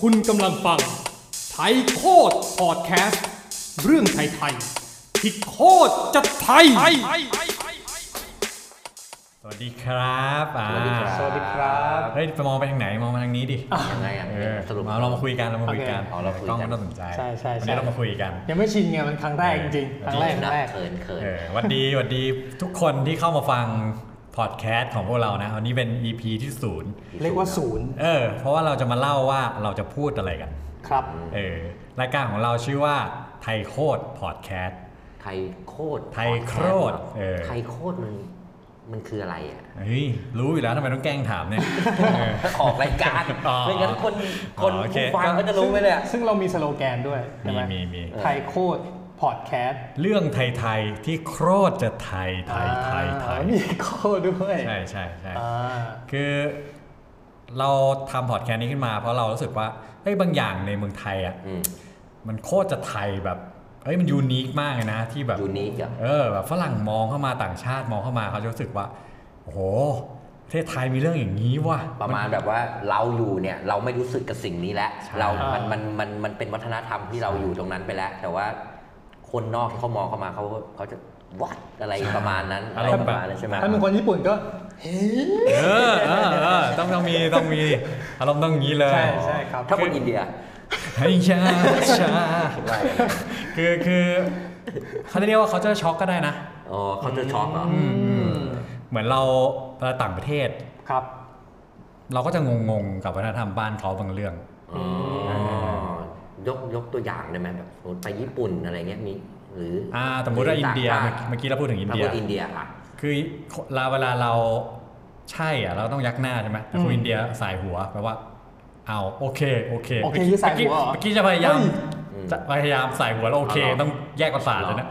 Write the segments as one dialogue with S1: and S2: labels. S1: คุณกำลังฟังไทยโคตรพอดแคสต์ เรื่องไทยไทยๆที่โคตรจะไทย
S2: สวัสดีครับอ่า
S3: สวัสดีครับ
S4: สวัสดีครับ
S2: เฮ้ยไปมองไปทางไหน มองมาทางนี้ดิ
S3: ยังไงอ่ะ
S2: เออ
S3: สรุป
S2: มาเรามาคุยกัน เรามาคุยกัน
S3: โอเคอ๋อเราคุย
S2: ก
S3: กัน
S2: ล้องก็น่าสนใจ
S4: ใช่ใช่ใช่
S2: วันนี้เรามาคุยกัน
S4: ยังไม่ชินไงมันครั้งแรกจริงๆครั้งแรกครั้งแรก
S3: เขินเขิน
S2: เออหวัสดีหวัสดีทุกคนที่เข้ามาฟังพอดแคสต์ของพวกเรานะวันนี้เป็น EP ที่ศูนย์
S4: เรียกว่าศูนย์
S2: เออ เพราะว่าเราจะมาเล่าว่าเราจะพูดอะไรกัน
S4: ครับ
S2: เออ รายการของเราชื่อว่าไทยโคตรพอดแคสต์
S3: ไทยโคตร
S2: ไทยโคตรเออ
S3: ไทยโคตรมันมันคืออะไรอ่ะ
S2: เฮ้ย รู้อยู่แล้วทำไมต้องแกล้งถามเนี่ยเออ
S3: ออกรายการ
S2: อ๋อ
S3: ไม่งั้นคน
S2: อ๋อ
S3: คน
S2: โอเค
S3: ผู้ฟังก็จะรู้ไหมเนี่ย
S4: ซึ่งเรามีสโลแกนด้วย
S2: มี
S4: ใช่ไหม
S2: มีมี
S4: ไทยโคตรพอดแคสต์
S2: เรื่องไทยๆที่โคตรจะไทยไทยไทยไทย
S4: มีโคตรด้วย
S2: ใช่ใช่ใช่
S4: อ่า
S2: คือเราทำพอดแคสต์นี้ขึ้นมา เพราะเรารู้สึกว่าเฮ้ยบางอย่างในเมืองไทยอ่ะ
S3: อืม
S2: มันโคตรจะไทยแบบเฮ้ยมันยูนิคมากเลยนะที่แบบ
S3: ยูนิคอ่ะ
S2: เออแบบฝรั่งมองเข้ามาต่างชาติมองเข้ามาเขาจะรู้สึกว่าโอ้โหประเทศไทยมีเรื่องอย่างนี้ว่ะ
S3: ประมาณแบบว่าเราอยู่เนี่ยเราไม่รู้สึกกับสิ่งนี้แล้ว
S2: ใช่
S3: เรา มันมันมันมันเป็นวัฒนธรรมที่เราอยู่ตรงนั้นไปแล้ว แต่ว่าคนนอกที่เขามองเข้ามาเขาเขาจะวัดอะไรประมาณนั้น
S2: อา
S3: อะไร
S2: รมณ์
S3: ป
S2: แบบ
S3: ระมาณนั้นใช่ไหม
S4: ถ้าเป็นคนญี่ปุ่นก็
S2: เออเออเออต้องต้องมีต้องมีอารมณ์ต้องอย่างนี้เลย
S4: ใช่ใช่ครับ
S3: ถ้าคนอินเดีย
S2: ให้ชาชาคือคือเขาจะเรียกว่าเขาจะช็อกก็ได้นะ
S3: อ๋อเขาจะช็อกเหรออ
S2: เหมือนเราเวลาต่างประเทศ
S4: ครับ
S2: เราก็จะงงๆกับวัฒนธรรมบ้านเขาบางเรื่อง
S3: อ๋อยกยกตัวอย่างได้ไหมแบบสมมติไปญี่ปุ่นอะไรเงี้ยมีหรือ
S2: อ่าสมมติว่าอินเดีย
S3: หรืต่งชาติ
S2: เมื่อกี้เราพูดถึงอินเดีย
S3: ถ้าพูอินเดียอ่ะ
S2: คือเราเวลาเราใช่อะเราต้องยักหน้าใช่ไหมแต่คนอินเดียสายหัวแปลว่า เอาโอเคโอเค
S4: โอเค
S2: มื่กี้
S4: คือสายหัวเหรอ
S2: เมื่อกี้จะพยายาม
S4: เฮ้ย
S2: จะพยายามสายหัวแล้วโอเค ต้องแยกประสาทเลยนะ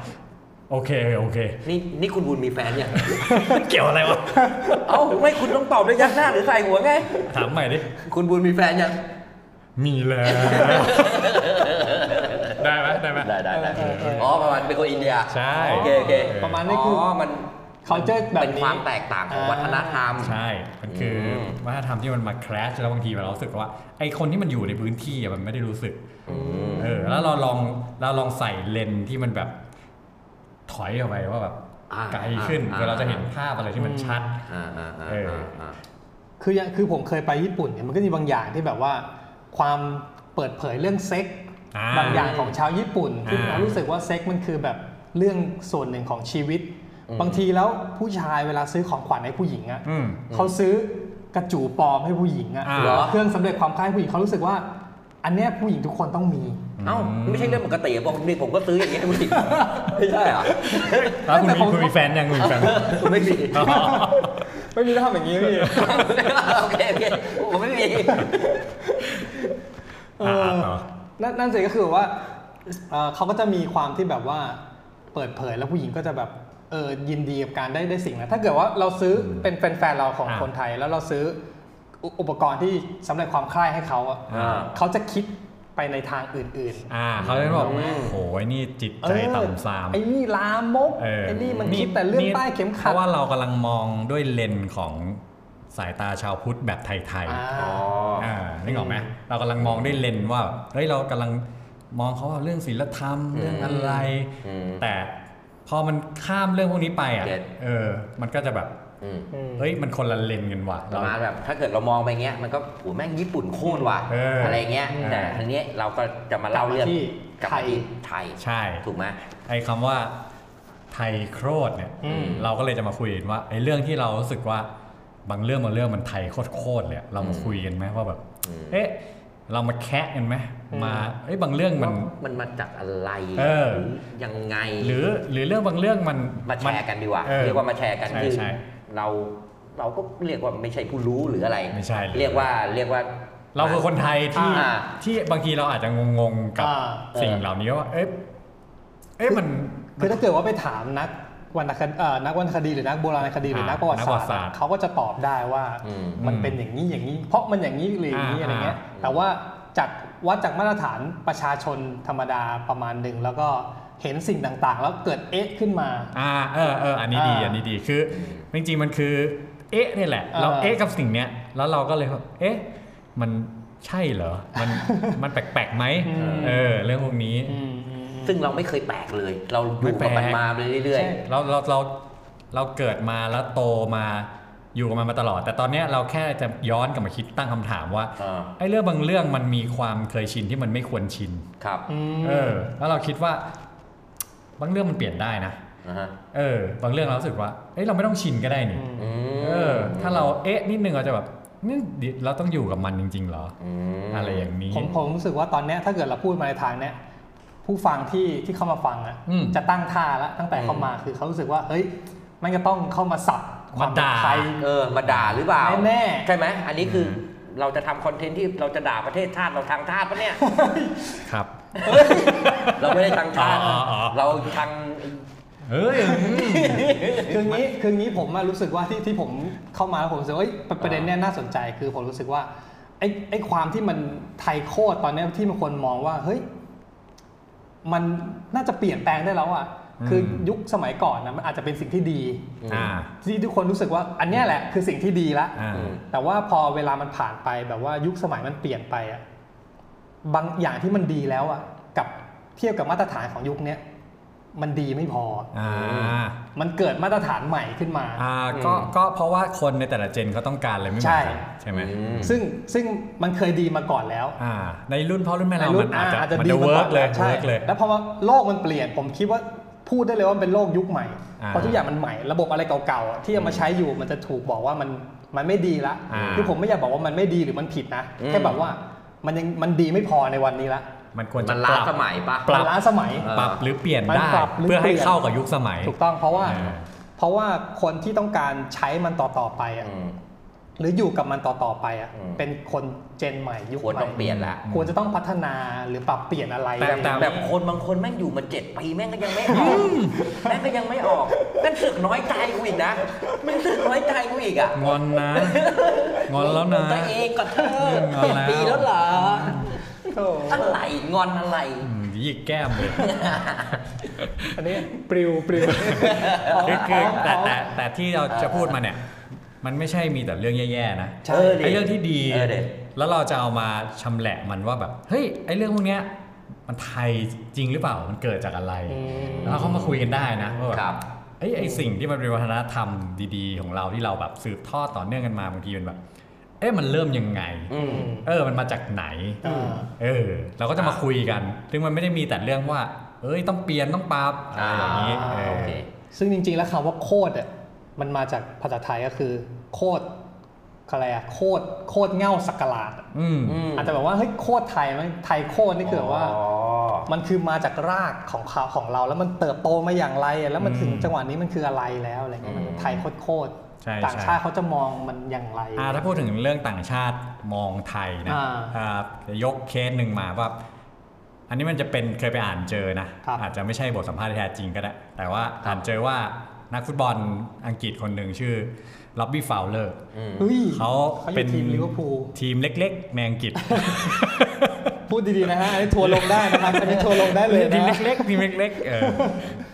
S2: โอเคโอเค
S3: นี่นี่คุณบุญมีแฟนยัง
S2: เกี่ยวอะไรวะ
S3: เอ้าไม่คุณต้องตอบด้วยยักหน้าหรือใส่หัวไง
S2: ถามใหม่ดิ
S3: คุณบุญมีแฟนยัง
S2: มีแล้ว ได้ไหมได้ไหม
S3: ได้ได้ได้
S4: เออเออ
S3: อ๋อประมาณเป็นคนอินเดีย
S2: ใช่
S3: โอเคโอเค
S4: ประมาณนี้คืออ๋
S3: มัน
S4: culture แบบนี้
S3: เป็นความแตกต่างของ
S4: อ่า
S3: วัฒนธรรม
S2: ใช่ มันคืออ
S3: ม
S2: วัฒนธรรมที่มันมาแครชแล้วบางทีเรารู้สึกว่าไอคนที่มันอยู่ในพื้นที่อะมันไม่ได้รู้สึก เออ แล้วเราลองเราลองใส่เลนส์ที่มันแบบ ถอยออกไปว่าแบบ
S3: อ่า
S2: ไกลขึ้น
S3: อ่า
S2: เพื่อเราจะเห็นภาพอะไรที่มันชัด
S3: อ่าอ่าอ่า
S2: เออ
S3: อ่า
S4: คืออย่างคือผมเคยไปญี่ปุ่นเนี่ยมันก็มีบางอย่างที่แบบว่า ความเปิดเผยเรื่องเซ็กส์
S2: อ่า
S4: บางอย่างของชาวญี่ปุ่นที่
S2: อ่า
S4: เรารู้สึกว่าเซ็กส์มันคือแบบเรื่องส่วนหนึ่งของชีวิต บางทีแล้วผู้ชายเวลาซื้อของขวัญให้ผู้หญิงอะ
S2: อืม
S4: เขาซื้อกระจูปลอมให้ผู้หญิงอะ
S2: อ่า
S3: เหรอ
S4: เครื่องสำเร็จความใคร่ผู้หญิงเขารู้สึกว่า อันเนี้ยผู้หญิงทุกคนต้องมี
S3: เอ้าไม่ใช่เรื่องปกติบอกนี่ ผมก็ซื้ออย่างเงี้ยคุณผิดไม่ใช่เหรอ
S2: แล้วคุณ
S4: แต่
S2: มี
S4: ผม
S2: คุณมีแฟนยังคุณมีแฟน
S3: ไม่มี
S4: ไม่มีทำอย่างนี้พี่
S3: โอเคโอเคผมไม่มี
S2: อ่าต่อ
S4: นั่นนั่นสิก็คือว่าเอ่อเขาก็จะมีความที่แบบว่าเปิดเผยแล้วผู้หญิงก็จะแบบเออยินดีกับการได้ได้สิ่งนั้นถ้าเกิดว่าเราซื้อเป็นแฟนๆเราของ
S2: อ่า
S4: คนไทย แล้วเราซื้ออุอุปกรณ์ที่สำเร็จความใคร่ให้เขาอะ
S2: อ่า
S4: เขาจะคิดไปในทางอื่นๆ
S2: อ่า เขาจะบอกว่าโหยนี่จิตใจต่ำทราม
S4: ไอ้นี่ลามก
S2: เออ
S4: ไอ้นี่มันคิดแต่เรื่องใต้เข็มขั
S2: เพ
S4: ด
S2: ราะว่าเรากำลังมองด้วยเลนส์ของสายตาชาวพุทธแบบไทย
S4: อ่า
S3: อ๋อ
S2: ๆอ่านึกออกไหมเรากำลังมองด้วยเลนส์ว่าเฮ้ยเรากำลังมองเขาว่าเรื่องศีลธรรมเรื่องอะไร
S3: อืม
S2: แต่พอมันข้ามเรื่องพวกนี้ไปอ่ะ
S3: เก็ต
S2: เออ มันก็จะแบบ
S3: อืม
S2: เฮ้ยมันคนละเลนส์กันว่ะ
S3: ป
S2: เรา
S3: ระมาณแบบถ้าเกิดเรามองไปเงี้ยมันก็โหแม่งญี่ปุ่นโคตรว่ะ
S2: เอออ
S3: อะไรเงี้ย
S2: อืม
S3: แต่ทีเนี้ยเราก็จะมาเล่าเรื่อง
S4: กลับ
S3: มา
S4: มาที่
S3: ที่ไทย
S2: ใช่
S3: ถูกไหม
S2: ไอ้คำว่าไทยโครดเนี่ย
S4: อืม
S2: เราก็เลยจะมาคุยกันว่าไอ้เรื่องที่เรารู้สึกว่าบางเรื่องบางเรื่องมันไทยโคตรๆเลยอะเรามาคุยกันไหมว่าแบบ
S3: อืม
S2: เอ๊ะเรามาแคะกันไหมมาเอ้ยบางเรื่องมัน
S3: มันมาจากอะไร
S2: เออ
S3: หรือยังไง
S2: หรือหรือเรื่องบางเรื่องมัน
S3: มาแชร์กันดีกว่า
S2: ออ
S3: เรียกว่ามาแชร์กัน
S2: ใช่
S3: คือ
S2: ใช่
S3: เราเราก็เรียกว่าไม่ใช่ผู้รู้หรืออะไร
S2: ไม่ใช่เลย
S3: เรียกว่าเรียกว่า
S2: เราคือคนไทยที่
S3: อ่า
S2: ที่บางทีเราอาจจะงงๆกับ
S4: อ่า
S2: สิ่งเหล่านี้ว่าเอ๊ะเอ๊ะมันมั
S4: คื
S2: น
S4: อถ้าเกิดว่าไปถามนักวรรณคดีเอ่อนักวรรณคดีหรือนักโบราณคดีหรือนักประวัติ
S2: นักประวั
S4: ศาสตร์
S2: ติศาสตร์
S4: อะเขาก็จะตอบได้ว่า
S3: อืม
S4: มันเป็นอย่างนี้อย่างนี้ เพราะมันอย่างนี้หรืออย่างนี้
S2: อ่า
S4: อะไรเงี้ย
S2: อ่
S4: แต่ว่าจากวัดจากมาตรฐานประชาชนธรรมดาประมาณหนึ่งแล้วก็เห็นสิ่งต่างๆ แล้วเกิดเอ๊ะขึ้นมา
S2: อ่าเออเอออันนี้ดี
S4: อ่า
S2: อันนี้ดีคือจริงๆมันคือเอ๊ะเนี่ยแหละ
S4: เออ
S2: เราเอ๊ะกับสิ่งเนี้ยแล้วเราก็เลยแบบเอ๊ะมัน ใช่เหรอ มัน มันแปลกๆไหมเออ เรื่องพวกนี้
S3: ซึ่งเราไม่เคยแปลกเลย เราอยู่กับมันมาเรื่อย
S4: ใช่
S2: เราเราเราเราเกิดมาแล้วโตมาอยู่กับมันมาตลอด แต่ตอนเนี้ยเราแค่จะย้อนกลับมาคิดตั้งคำถามว่า
S3: อ่า
S2: ไอ้เรื่องบางเรื่องมันมีความเคยชินที่มันไม่ควรชิน
S3: ๆ ครับ
S2: เออ แล้วเราคิดว่า บางเรื่องมันเปลี่ยนได้นะ
S3: นะฮะ
S2: เออ บางเรื่องเรารู้สึกว่าเอ้ยเราไม่ต้องชินก็ได้นี่
S3: อืม
S2: เออ ถ้าเราเอ๊ะนิดนึงเราจะแบบนี่เราต้องอยู่กับมันจริง ๆ เหรอ
S3: ม
S2: อะไรอย่างนี้
S4: ผมผมรู้สึกว่าตอนเนี้ยถ้าเกิดเราพูดมาในทางเนี้ยผู้ฟังที่ที่เข้ามาฟังอ่ะ
S2: อืม
S4: จะตั้งท่าละตั้งแต่เข้ามาคือเขารู้สึกว่าเฮ้ยมันจะต้องเข้ามาสับความเป็น
S2: มาด่า
S4: ไทย
S3: เออมาด่าหรือเปล่า
S4: แน่ๆ
S3: ใช่ไหมอันนี้คือเราจะทำคอนเทนต์ที่เราจะด่าประเทศชาติเราทางชาติปะ เนี่ย
S2: ครับ
S3: เราไม่ได้ทางชาติ
S2: อ๋ออ๋ออ๋อ
S3: เราทาง
S2: เอ้ย
S4: คืองี้คืองี้ผมอะรู้สึกว่าที่ที่ผมเข้ามาแล้วผมรู้สึกว่าเอ้ยประประเด็นเนี้ยน่าสนใจคือผมรู้สึกว่าไอ้ไอ้ความที่มันไทยโคตรตอนเนี้ยที่มันคนมองว่าเฮ้ยมันน่าจะเปลี่ยนแปลงได้แล้วอ่ะคือ
S2: ม
S4: ยุคสมัยก่อนนะมันอาจจะเป็นสิ่งที่ดี
S2: อ่า
S4: ที่ทุกคนรู้สึกว่าอันเนี้ยแหละคือสิ่งที่ดีละ
S2: อ่า
S4: แต่ว่าพอเวลามันผ่านไปแบบว่ายุคสมัยมันเปลี่ยนไปอะบางอย่างที่มันดีแล้วอะกับเทียบกับมาตรฐานของยุคเนี้ยมันดีไม่พอ
S2: อ่า
S4: มันเกิดมาตรฐานใหม่ขึ้นมา
S2: อ่าก็ก็เพราะว่าคนในแต่ละเจนเขาต้องการอะไรไม่เหมือนกัน
S4: ใช่
S2: ใช่ไหม
S4: ซึ่งซึ่งมันเคยดีมาก่อนแล้ว
S2: อ่า ในรุ่นพ่อรุ่นแม่เรามันอาจจะมันจะ
S4: ม
S2: เวิร์กเลย
S4: ใช่
S2: เวิร์กเลย
S4: แล้วพอมาโลกมันเปลี่ยน ผมคิดว่าพูดได้เลยว่ามันเป็นโลกยุคใหม่
S2: อ่า
S4: เพราะทุกอย่างมันใหม่ระบบอะไรเก่าๆอะที่เอามาใช้อยู่มันจะถูกบอกว่ามันมันไม่ดีละ
S2: อ่า
S4: คือผมไม่อยากบอกว่ามันไม่ดีหรือมันผิดนะ
S3: อืม
S4: แค่แบบว่ามันยังมันดีไม่พอในวันนี้ละ
S2: มันควร
S3: มั
S2: จะ
S3: น
S2: ป
S3: ล้า
S2: รั
S3: สมัยปะ
S2: ป
S4: มั
S2: รั
S4: น
S2: บ
S4: ล้าสมัย
S3: เออ
S2: ปรับหรือเปลี่ยน
S4: มัน
S2: ได้
S4: ปรับหรือ
S2: เพื่อให้
S4: เปลี่ยน
S2: เข้ากับยุคสมัย
S4: ถูกต้องเพราะว่า
S2: เออ
S4: เพราะว่าคนที่ต้องการใช้มันต่อๆไปอ่ะ
S3: อืม
S4: หรืออยู่กับมันต่อๆไปอ่ะ
S3: อืม
S4: เป็นคนเจนใหม่ยุค
S3: ควร
S4: ใหม่
S3: ต้องเปลี่ยนละ
S4: ควรจะต้องพัฒนาหรือปรับเปลี่ยนอะไร
S2: แต่แต่
S3: แบบคนบางคนแม่งอยู่มาเจ็ดปีแม่งก็ยังไม่ออกแม่งก็ยังไม่ออกแม่งสึกน้อยใจกูอีกนะแม่งสึกน้อยใจกูอีกอ่ะ
S2: งอนนะ งอนแล้วนะ
S3: ตัวเองก็เธอ
S2: เออ
S3: เจ็ด
S2: งอนแล้ว
S3: ปีแล้วเหรอ
S4: โธ่
S3: อะไรงอนอะไร
S2: อืมหยิกแก้มเลย
S4: อันนี้ปลิวปลิว
S2: คือคือแต่แต่แต่ที่เราจะพูดมาเนี่ย มันไม่ใช่มีแต่เรื่องแย่ๆนะ
S3: เออดิ
S2: ไอ้เรื่องที่ดี
S3: เออดิ
S2: แล้วเราจะเอามาชำแหละมันว่าแบบ เฮ้ย ไอ้เรื่องพวกเนี้ย มันไทยจริงหรือเปล่า มันเกิดจากอะไร แล้วเขามาคุยกันได้นะว่าแ
S3: ครับ
S2: เอ้ยไอสิ่งที่มันเป็นวัฒนธรรมดีๆ ของเราที่เราแบบสืบทอดต่อเนื่องกันมาบางทีมันแบบ เอ๊ะมันเริ่มยังไง
S3: อืม
S2: เออ มันมาจากไหน
S4: อ่า
S2: เออ เราก็จะมาคุยกัน ซึ่งมันไม่ได้มีแต่เรื่องว่า เอ้ย ต้องเปลี่ยน ต้องปรับอะไรอย่างนี้
S4: อ่า
S2: เออ
S3: โอเค
S4: ซึ่งจริงๆ แล้วคำว่าโคตรอ่ะมันมาจากภาษาไทยก็คือโคตรอะไรอ่ะโคตรโคตรเง่าสักกะลาดอะ
S2: อืม
S3: ม
S4: อาจจะแบบว่าเฮ้ยโคตรไทยไหมไทยโคตรนี่คือแบบว่า
S3: อ๋อ
S4: มันคือมาจากรากของเขาของเราแล้วมันเติบโตมาอย่างไรอะแล้วมัน
S2: อืม
S4: ถึงจังหวะนี้มันคืออะไรแล้วอะไรเงี้ยมัน
S3: อืม
S4: ไทยโคตร
S2: ใช่
S4: ๆต่าง
S2: ใช่
S4: ชาติเขาจะมองมันอย่างไร
S2: อ่าถ้าพูดถึงเรื่องต่างชาติมองไทยนะ
S4: อ่า
S2: อ่าจะยกเคสหนึ่งมาว่า อันนี้มันจะเป็นเคยไปอ่านเจอนะ
S4: ครับ
S2: อาจจะไม่ใช่บทสัมภาษณ์ที่แท้จริงก็ได้ แต่ว่าอ่านเจอว่านักฟุตบอลอังกฤษคนหนึ่งชื่อล็อบบี้ฟาวเลอร์
S3: อืม
S4: เฮ้ย
S2: เขา
S4: เขาอ
S2: เป็น
S4: ยู่ทีมลิเวอร์พูล
S2: ทีมเล็กๆในอังกฤษ
S4: พูดดีๆนะฮะอันนี้ทัวร์ลงได้นะครับอันนี้ทัวร์ลงได้เลย
S2: ทีม
S4: นะ
S2: เล็กๆทีมเล็กๆเออ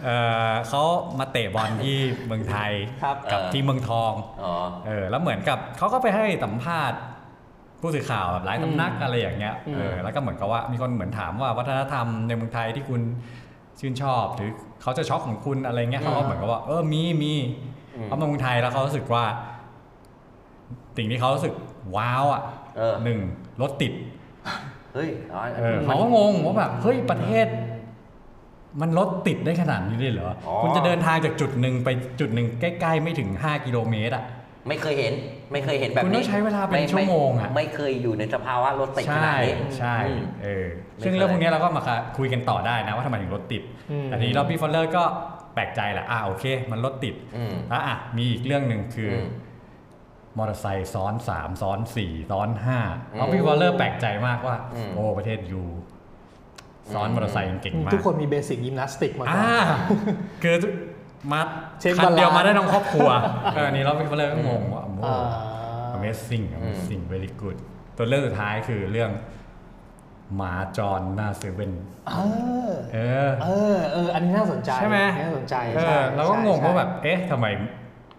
S2: เออเขามาเตะบอลที่เมืองไทย
S4: ครับ
S2: กับ
S3: เออ
S2: ที่เมืองทอง
S3: อ๋อ
S2: เออแล้วเหมือนกับเขาก็ไปให้สัมภาษณ์ผู้สื่อข่าวแบบหลายสำนักอะไรอย่างเงี้ยเออแล้วก็เหมือนกับว่ามีคนเหมือนถามว่าวัฒนธรรมในเมืองไทยที่คุณชื่นชอบ หรือเขาจะช็อกของคุณอะไรเงี้ยเขาก็เหมือนกับว่า เออมีมีเขามาเมืองไทยแล้วเขารู้สึกว่า สิ่งที่เขารู้สึกว้าวอ่ะ
S3: เออ
S2: หนึ่งรถติด
S3: เฮ้ยอ๋อ
S2: เออเขาก็งงว่าแบบเฮ้ยประเทศ มันรถติดได้ขนาดนี้เลยเหรออคุณจะเดินทางจากจุดหนึ่งไปจุดหนึ่งใกล้ ๆ ไม่ถึง 5 กิโลเมตรอ่ะ
S3: ไม่เคยเห็น ไม่เคยเห็นแบบนี้
S2: คุณต้องใช้เวลาเป็น
S3: ไ
S2: ชั่วโมงอะ
S3: ไม่ไม่เคยอยู่ในสภาวะรถติดข
S2: ใช่
S3: นาดนี้
S2: ใช่
S3: อืม
S2: เออ
S3: ไม่
S2: ซึ่ง
S3: เคย
S2: เรื่องพวกนี้เราก็มาคุยกันต่อได้นะว่าทำไมถึงรถติด
S4: อืม
S2: แต่ทีนี้เราพี่ฟอลเลอร์ก็แปลกใจแหละอ่าโอเค มันรถติด
S3: อืม
S2: แล้วอ่ะมีอีกเรื่องหนึ่งคืออ
S3: ม
S2: มอเตอร์ไซค์ซ้อน 3 ซ้อน 4 ซ้อน5
S3: อืม
S2: เราพี่ฟอลเลอร์แปลกใจมากว่า
S3: อืม
S2: โอ้ประเทศยูซ้อนมอเตอร์ไซค์เก่งมาก
S4: ทุกคนมีเบสิกยิมนาสติกมาก่อน
S2: อ่าคือมา
S4: เช็ค
S2: คันเดียว
S4: บาลานซ์
S2: มาได้ทั้งครอบครัวเอออันนี้เราพี่ฟอลเลอร์ก็งงว่าโอ้
S4: อ่า
S2: Amazing Amazing very good ตัวเรื่องสุดท้ายคือเรื่อง หมาจรหน้าเซเว่น
S4: เออ
S2: เออ
S4: เออเอออันนี้น่าสนใจ
S2: ใช่ไหม
S4: อันนี้น่าสนใจ
S2: เอ
S4: ใช่
S2: อเราก็งง
S4: ใช่
S2: ว่าแบบ เอ๊ะทำไม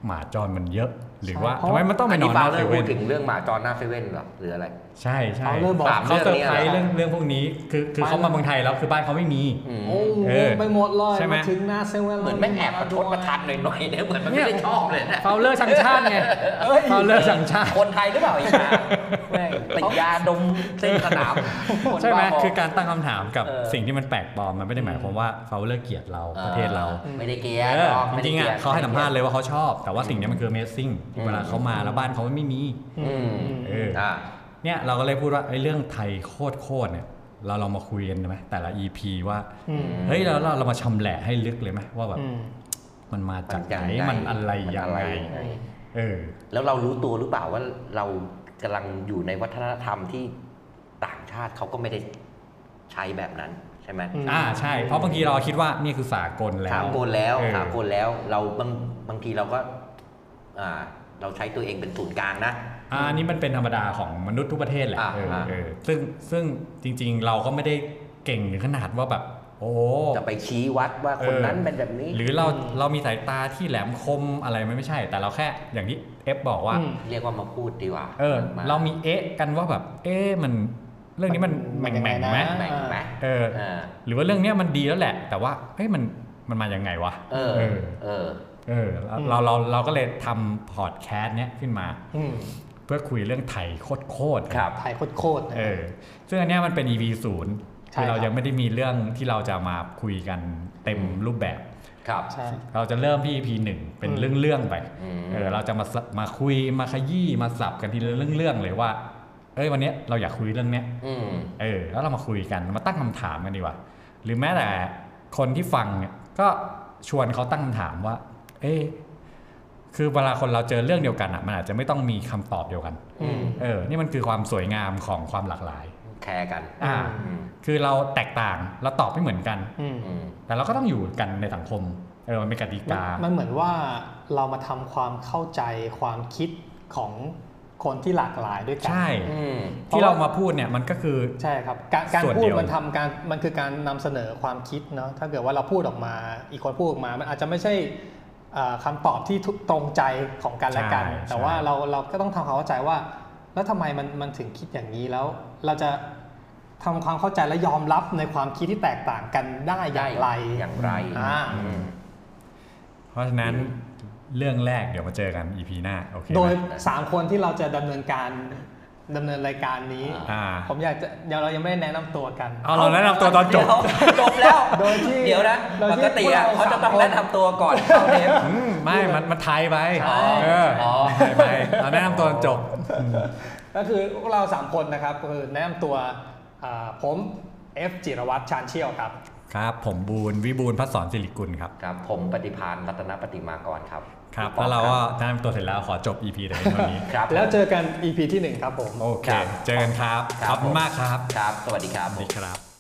S2: หมาจรมันเยอะ หรือ
S4: ใช่
S2: ว่า
S4: เพราะ
S2: ทำไมมันต้องไปนอนห
S3: ฟา
S2: น้า
S3: เลอ
S2: เซ
S3: ร์พู
S2: เว่
S3: ด
S2: น
S3: ถึงเรื่องหมาจรหน้าเซเว่นเหรอหรืออะไร
S2: ใช่ใช่
S4: เขาเริ่มบอก
S2: เขาเซอร์ไพรส์
S3: เรื่
S2: เรื่อ
S3: อง ง
S2: เรื่องพวกนี้คือคือเขามาเมืองไทยแล้วคือบ้านเขาไม่มี
S3: อืม
S4: โอ้
S2: เออ
S4: ไปหมดเลย
S2: ใช่ไหม
S4: มาถึงหน้าเซเว่นล้ว
S3: เหมือนแม่งแอบประชดประทันหน่อยๆเนี่ยเหมือนมันไม่ได้ชอบเลยนะ
S2: เฟลเลอร์ชังชาติไงเฟลเลอร์ชังชาติ
S3: คนไทยหรือเปล่าอีกนะแม่งติดยาดมเส้นสนามคน
S2: ใช่ไหม
S3: บ้าบ
S2: คือการตั้งคำถามกับ
S3: เออ
S2: สิ่งที่มันแปลกปลอมมันไม่ได้หมายความว่าเฟลเลอร์เกลียดเราประเทศเรา
S3: ออไม่ได้เกลีย
S2: เอ
S3: ด
S2: อ
S3: หอก
S2: จ
S3: ไม่ได้
S2: ริงๆ
S3: กลี
S2: อ่ะ
S3: ยด
S2: เขาให้สัมภาษณ์เลยว่าเขาชอบ แต่ว่าสิ่งเนี้ยมันคือ amazing
S3: อืม
S2: เวลาเขามาแล้วบ้านเขาไม่มี
S3: อืม
S2: เออ
S3: อ่า
S2: เนี่ยเราก็เลยพูดว่าไอ้เรื่องไทยโคตรโคตรๆเนี่ยเราลองมาคุยกันไหมแต่ละ EP ว่า
S4: อืม
S2: เฮ้ยเราเราเรามาชำแหละให้ลึกเลยไหมว่าแบบ
S4: อืม
S2: มันมาจากไหน
S3: มั
S2: มัน
S3: น
S2: อะไร
S3: ยั
S2: ยัง
S3: งไง
S2: ไงเออ
S3: แล้วเรารู้ตัวหรือเปล่าว่าเรากำลังอยู่ในวัฒนธรรมที่ต่างชาติเขาก็ไม่ได้ใช้แบบนั้นใช่ไหม
S4: อืม
S2: อ่าใช่เพราะบางทีเราคิดว่าเนี่ยคือสากลแล้
S3: สาว มคนแล้ว
S2: เออ
S3: สามคนแล้ว เราบางบางทีเราก็ อ่า เราใช้ตัวเองเป็นศูนย์กลางนะ
S2: อ่าอันนี้มันเป็นธรรมดาของมนุษย์ทุกประเทศแหละ
S3: อ่า
S2: เออ
S3: ฮะ
S2: เออซึ่งซึ่งจริงๆเราก็ไม่ได้เก่งถึงขนาดว่าแบบ โอ้
S3: จะไปชี้วัดว่าคน
S2: เออ
S3: นั้นเป็นแบบนี้
S2: หรือเราเรามีสายตาที่แหลมคมอะไรมันไม่ใช่ แต่เราแค่อย่างที่เอฟบอกว่า
S4: อืม
S3: เรียกว่ามาพูดดีกว่า
S2: เออ
S3: ม
S2: เรามีเอ๊ะกันว่าแบบ เอ๊ะมันเรื่องนี้มันแหม่งแหม่งๆไหม
S4: มันยังไงนะ
S3: แบ่งไหม
S2: เออ
S3: เออ
S2: หรือว่าเรื่องเนี้ยมันดีแล้วแหละ แต่ว่าเฮ้ยมันมันมายังไงวะ
S3: เออ
S2: เออ
S3: เออ
S2: เออเราเราเราก็เลยทำพอดแคสต์เนี้ยขึ้นมา
S4: อืม
S2: เพื่อคุยเรื่องไทยโคตรโคตร
S3: ครับ
S4: ถ่ายโคตรๆนะ
S2: เออซึ่งอันเนี้ยมันเป็น EP ศูนย์
S4: ใช่
S2: คือเรา
S4: ครับ
S2: ยังไม่ได้มีเรื่องที่เราจะมาคุยกันเต็มรูปแบบ
S3: ครับ
S4: ใช่
S2: เราจะเริ่มที่ EP หนึ่งเป็นเรื่องเรื่องๆไป
S3: อืม
S2: เออเราจะมาสะมาคุยมาขยี้มาสับกันทีละเรื่องเรื่องๆเลยว่า เอ้ยวันเนี้ยเราอยากคุยเรื่องเนี้ย
S3: อืม
S2: เออแล้วเรามาคุยกันมาตั้งคำถามกันดีกว่า หรือแม้แต่คนที่ฟังเนี่ยก็ชวนเขาตั้งคำถามว่า เอ้ยคือเวลาคนเราเจอเรื่องเดียวกันอ่ะมันอาจจะไม่ต้องมีคำตอบเดียวกัน
S4: อืม
S2: เออนี่มันคือความสวยงามของความหลากหลาย
S3: แคร์กัน
S2: อ่า
S3: อืม
S2: คือเราแตกต่างเราตอบไม่เหมือนกัน
S4: อืม
S3: อืม
S2: แต่เราก็ต้องอยู่กันในสังคมเออมันเป็นกติกา
S4: มันเหมือนว่าเรามาทำความเข้าใจความคิดของคนที่หลากหลายด้วยกั
S2: ใช่
S3: อืม
S2: ที่เรามาพูดเนี่ยมันก็คือ
S4: ใช่ครับการการ
S2: ส่วน
S4: พูด
S2: เดียว
S4: มันทำการมันคือการนำเสนอความคิดเนาะถ้าเกิดว่าเราพูดออกมา อีกคนพูดออกมา มันอาจจะไม่ใช่เอ่อคำตอบที่ทุกตรงใจของกันและกัน
S2: ใช่
S4: แต่ว่า
S2: ใช่
S4: เราเราก็ต้องทำความเข้าใจว่า แล้วทำไมมันมันถึงคิดอย่างนี้แล้ว เราจะทำความเข้าใจและยอมรับในความคิดที่แตกต่างกันได้อย่างไร
S3: อย่างไร
S4: อ่า
S3: อืม
S2: เพราะฉะนั้นเรื่องแรกเดี๋ยวมาเจอกัน EP หน้า โอเค
S4: โดย
S2: ไหม
S4: 3 คนที่เราจะดำเนินการดำเนินรายการนี้
S2: อ่า
S4: ผมอยากจะเดี๋ยวเรายังไม่ได้แนะนำตัวกัน
S2: เอาเราแนะนำตัวตอนจบ
S3: จบแล้ว
S4: โดยที่
S3: เดี๋ยวนะ
S4: โดย
S3: ป
S4: ที่
S3: กติอ่ะ
S4: พวกเรา
S3: เขาจะต้อง
S4: สามคน
S3: แนะนำตัวก่อนเข้าเทป
S2: อืมไม่ มันมันไทยไป
S3: อ๋อ
S2: เอออ
S3: อ
S2: ไทยไปเราแนะนำตัวตอนจบ
S4: ก็คือพวกเรา 3 คนนะครับก็คือแนะนำตัวอ่าผมเอฟจิรวัตรชาญเชี่ยวครับ
S2: ครับ ผมบูนวิบูลย์พัฒสอนสิริกุลครับ
S3: ครับ ผมปฏิพานรัตนปฏิมากรครับ
S2: ครับ แล้วเราก็แนะนำตัวเสร็จแล้วขอจบ EP แต่เพียงเท่านี้
S3: ครับ
S4: แล้วเจอกัน EP ที่ 1 ครับผม
S2: โอเค
S3: ครับ
S2: เจอกันครับ ขอบคุณมากครับ
S3: ครับ สวัสดีครับ
S2: สวัสดีครับ